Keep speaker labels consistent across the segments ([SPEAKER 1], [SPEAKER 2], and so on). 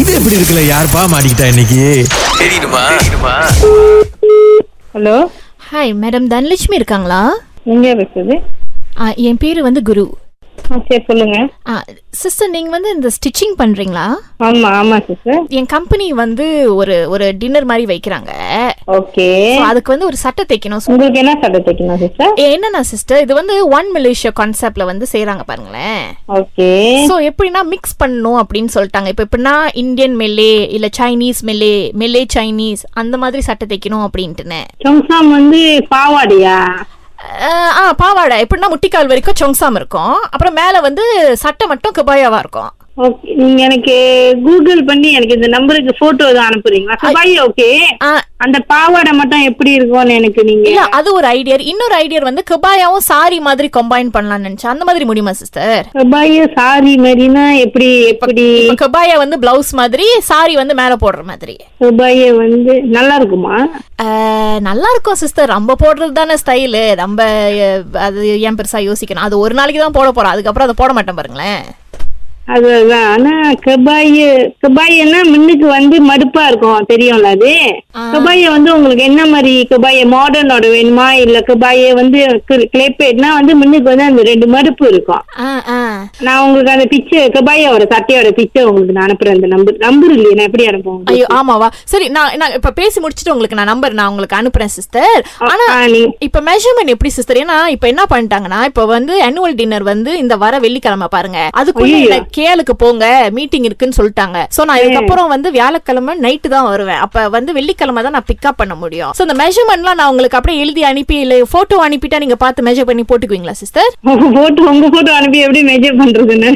[SPEAKER 1] இது எப்படி இருக்குல்ல யாருப்பா மாட்டிக்கிட்டா இன்னைக்கு
[SPEAKER 2] தெரியுமா
[SPEAKER 3] ஹலோ
[SPEAKER 4] ஹாய் மேடம் தனலட்சுமி இருக்காங்களா
[SPEAKER 3] எங்க பேசுது
[SPEAKER 4] ஆ, என் பேர் வந்து குரு
[SPEAKER 3] ஆ, சரி சொல்லுங்க
[SPEAKER 4] சிஸ்டர் நீங்கள் வந்து இந்த ஸ்டிச்சிங் பண்ணுறீங்களா
[SPEAKER 3] ஆமா ஆமா சிஸ்டர்
[SPEAKER 4] என் கம்பெனி வந்து ஒரு ஒரு டின்னர் மாதிரி வைக்கிறாங்க
[SPEAKER 3] ஓகே
[SPEAKER 4] So, அதுக்கு வந்து ஒரு சட்டை தைக்கணும் So,
[SPEAKER 3] உங்களுக்கு என்ன சட்டை தைக்கணும் சிஸ்டர்
[SPEAKER 4] என்னன்னா சிஸ்டர் இது வந்து ஒன் மலேசியா கான்செப்ட்ல வந்து செய்கிறாங்க பாருங்களேன்
[SPEAKER 3] ஓகே
[SPEAKER 4] ஸோ எப்படின்னா மிக்ஸ் பண்ணணும் அப்படின்னு சொல்லிட்டாங்க இப்போ எப்படின்னா இந்தியன் மெல்லே இல்லை சைனீஸ் மெல்லே மெல்லே சைனீஸ் அந்த மாதிரி சட்டை தைக்கணும் அப்படின்ட்டுன்னு
[SPEAKER 3] சம்சாம் வந்து பாவாடியா
[SPEAKER 4] அஹ், ஆ பாவாடை எப்படின்னா முட்டிக்கால் வரைக்கும் சொங்சாம் இருக்கும் அப்புறம் மேலே வந்து சட்டை மட்டும் கபாயாவாக இருக்கும்
[SPEAKER 3] ஓகே நீங்க எனக்கு கூகுள் பண்ணி எனக்கு இந்த நம்பருக்கு போட்டோ எதுவும் அனுப்புறீங்களா சபாய் ஓகே
[SPEAKER 4] ஆ,
[SPEAKER 3] அந்த பாவாடை மட்டும் எப்படி இருக்கும்னு எனக்கு நீங்க
[SPEAKER 4] இல்ல அது ஒரு ஐடியா இன்னொரு ஐடியா வந்து கபாயாவும் சாரி மாதிரி கம்பைன் பண்ணலாம்னு நினைச்சேன் அந்த மாதிரி முடியுமா சிஸ்டர்
[SPEAKER 3] சபாய் சாரி மாதிரினா எப்படி எப்படி
[SPEAKER 4] கபாயா வந்து பிளவுஸ் மாதிரி சாரி வந்து மேல போடுற மாதிரி
[SPEAKER 3] சபாய வந்து நல்லா இருக்குமா
[SPEAKER 4] அஹ், நல்லா இருக்கும் சிஸ்டர் நம்ம போடுறது தானே ஸ்டைலு நம்ம அஹ், அது ஏன் பெருசா யோசிக்கணும் அது ஒரு நாளைக்கு தான் போட போறோம் அதுக்கப்புறம் அதை போட மாட்டேன் பாருங்களேன்
[SPEAKER 3] அதுதான் ஆனா கபாய் கபாயன்னா முன்னுக்கு வந்து மடுப்பா இருக்கும் தெரியும்ல அது கபாய வந்து உங்களுக்கு என்ன மாதிரி கபாய மாடர்னோட வேணுமா இல்ல கபாய வந்து கிளேப்பேட்னா வந்து முன்னுக்கு வந்து அந்த ரெண்டு மடுப்பு இருக்கும்
[SPEAKER 4] ஆ, ஆ.
[SPEAKER 3] நான் உங்களுக்கு அந்த பிக்சர் கபாயோட சட்டையோட பிக்சர் உங்களுக்கு நான் அனுப்புறேன் அந்த நம்பர் நம்பர் இல்லையே நான் எப்படி அனுப்புவோம்
[SPEAKER 4] ஐயோ ஆமாவா சரி நான் நான் இப்ப பேசி முடிச்சுட்டு உங்களுக்கு நான் நம்பர் நான் உங்களுக்கு அனுப்புறேன் சிஸ்டர் ஆனா இப்ப மெஷர்மெண்ட் எப்படி சிஸ்டர் ஏன்னா இப்ப என்ன பண்ணிட்டாங்கன்னா இப்ப வந்து ஆனுவல் டின்னர் வந்து இந்த வர வெள்ளிக்கிழமை பாருங்க அதுக்குள்ள
[SPEAKER 3] ஐயையோ.
[SPEAKER 4] என்ன கேளுக்கு போங்க மீட்டிங் இருக்குன்னு சொல்லிட்டாங்க சோ நான் இதுக்கப்புறம் வந்து வியாழக்கிழமை நைட்டு தான் வருவேன் அப்ப வந்து வெள்ளிக்கிழமை தான் நான் பிக்கப் பண்ண முடியும் சோ இந்த மெஷர்மெண்ட்லாம் நான் உங்களுக்கு அப்படியே எழுதி அனுப்பி இல்ல போட்டோ அனுப்பிட்டா நீங்க பார்த்து மெஷர் பண்ணி போட்டுக்குவீங்களா சிஸ்டர்
[SPEAKER 3] உங்க போட்டோ உங்க போட்டோ அனுப்பி எப்படி மெஜர் பண்றதுன்னு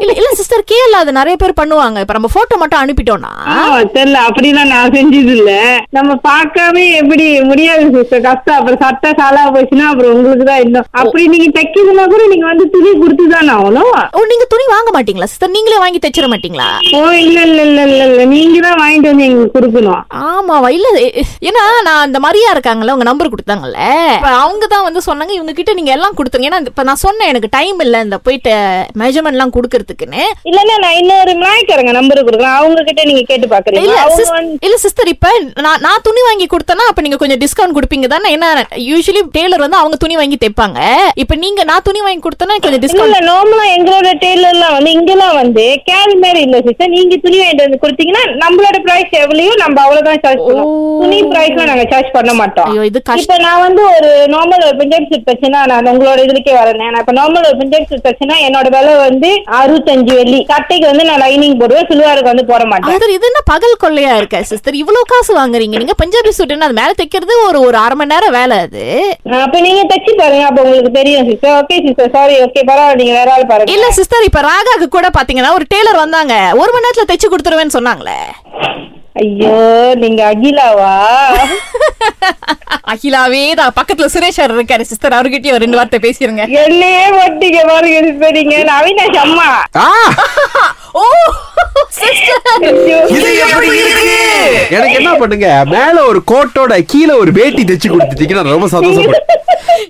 [SPEAKER 4] இல்ல இல்ல சிஸ்டர் கேல அது நிறைய பேர் பண்ணுவாங்க இப்ப நம்ம போட்டோ மட்டும் அனுப்பிட்டோம்னா
[SPEAKER 3] ஆமா, தெரியல அப்படிலாம் நான் செஞ்சது இல்ல நம்ம பார்க்காம எப்படி முடியாது சிஸ்டர் கஷ்டம் அப்புறம் சட்டை சாலா போச்சுன்னா அப்புறம் உங்களுக்கு தான் இன்னும் அப்படி நீங்க தைக்கிறதுனா கூட நீங்க வந்து துணி கொடுத்து தானே ஆகணும்
[SPEAKER 4] ஓ நீங்க துணி வாங்க மாட்டீங்களா சிஸ்டர் நீங்களே வாங்கி தைச்சிட மாட்டீங்களா
[SPEAKER 3] ஓ இல்ல இல்ல இல்ல இல்ல இல்ல நீங்க தான் வாங்கிட்டு வந்து எங்களுக்கு கொடுக்கணும்
[SPEAKER 4] ஆமாவா இல்ல எ- ஏன்னா நான் அந்த மரியா இருக்காங்கல்ல உங்க நம்பர் கொடுத்தாங்கல்ல அவங்க தான் வந்து சொன்னாங்க இவங்க கிட்ட நீங்க எல்லாம் கொடுத்துருங்க ஏன்னா இப்ப நான் சொன்னேன் எனக்கு டைம் இல்ல இந்த போயிட்டு மெஷர்மெண்ட் எல்லாம் கொடுக்கறதுக்குன்னு
[SPEAKER 3] இல்லன்னா நான் இன்னொரு நாய்க்காரங்க நம்பர் கொடுக்குறேன் அவங்க கிட்ட நீங்க கேட்டு பாக்குறீங்க
[SPEAKER 4] இல்ல
[SPEAKER 3] அவங்க
[SPEAKER 4] sis-
[SPEAKER 3] வந்து-
[SPEAKER 4] இல்ல சிஸ்டர் இப்ப நான் நான் துணி வாங்கி கொடுத்தேன்னா அப்ப நீங்க கொஞ்சம் டிஸ்கவுண்ட் கொடுப்பீங்க தானே ஏன்னா யூஸ்வலி டெய்லர் வந்து அவங்க துணி வாங்கி தைப்பாங்க இப்ப நீங்க நான் துணி வாங்கி கொடுத்தேன்னா கொஞ்சம்
[SPEAKER 3] இல்ல
[SPEAKER 4] டிஸ்கவுண்ட்
[SPEAKER 3] இல்ல நார்மலா எங்களோட டெய்லர்லாம் வந்து இங்கெல்லாம் வந்து கேரி மாதிரி இல்ல சிஸ்டர் நீங்க துணி வாங்கிட்டு வந்து கொடுத்தீங்கன்னா நம்மளோட பிரைஸ் எவ்வளவு நம்ம அவ்வளவுதான் சார்ஜ் பண்ணுவோம்
[SPEAKER 4] ஓ.
[SPEAKER 3] துணி பிரைஸ்லாம் நாங்க சார்ஜ் பண்ண மாட்டோம்
[SPEAKER 4] ஐயோ, இது கஷ்டம்.
[SPEAKER 3] இப்ப நான் வந்து ஒரு நார்மல் ஒரு பஞ்சாப் செட் தச்சுன்னா நான் உங்களோட இதுலக்கே வரேன் நான் இப்ப நார்மல் ஒரு பஞ்சாப் செட் தச்சுன்னா என்னோட விலை வந்து அறுபத்தஞ்சு வெள்ளி சட்டைக்கு வந்து நான் லைனிங் போடுவேன் சில்வாருக்கு வந்து போட மாட்டேன்
[SPEAKER 4] அது இது என்ன பகல் கொள்ளையா இருக்க சிஸ்டர் இவ்வளவு காசு வாங்குறீங்க நீங்க பஞ்சாபி சூட்டுன்னு அது மேல தைக்கிறது ஒரு ஒரு அரை மணி நேரம் வேலை அது
[SPEAKER 3] அப்ப நீங்க தச்சு பாருங்க அப்ப உங்களுக்கு தெரியும் sister okay sister sorry okay பரவாயில்ல நீங்க வேற ஆள் பாருங்க
[SPEAKER 4] இல்ல சிஸ்டர் இப்ப ராகாக்கு கூட பாத்தீங்கன்னா ஒரு டெய்லர் வந்தாங்க ஒரு மணி நேரத்துல தைச்சு கொடுத்துருவேன்னு சொன்னாங்களே
[SPEAKER 3] ஐயோ நீங்க அகிலாவா
[SPEAKER 4] அகிலாவே தான் பக்கத்துல சுரேஷ் சார் இருக்காரு சிஸ்டர் அவர்கிட்டயும் ஒரு ரெண்டு வார்த்தை பேசிருங்க
[SPEAKER 3] என்னையே ஒட்டிக்க பாருங்க sister நீங்க நான் அவினாஷ் அம்மா
[SPEAKER 2] ஆ
[SPEAKER 4] ஓ சிஸ்டர்
[SPEAKER 3] ஐயோ.
[SPEAKER 2] இது எப்படி இருக்கு எனக்கு என்ன பண்ணுங்க மேல ஒரு கோட்டோட கீழே ஒரு வேட்டி தைச்சு கொடுத்துட்டீங்கன்னா நான் ரொம்ப சந்தோஷப்படுறேன்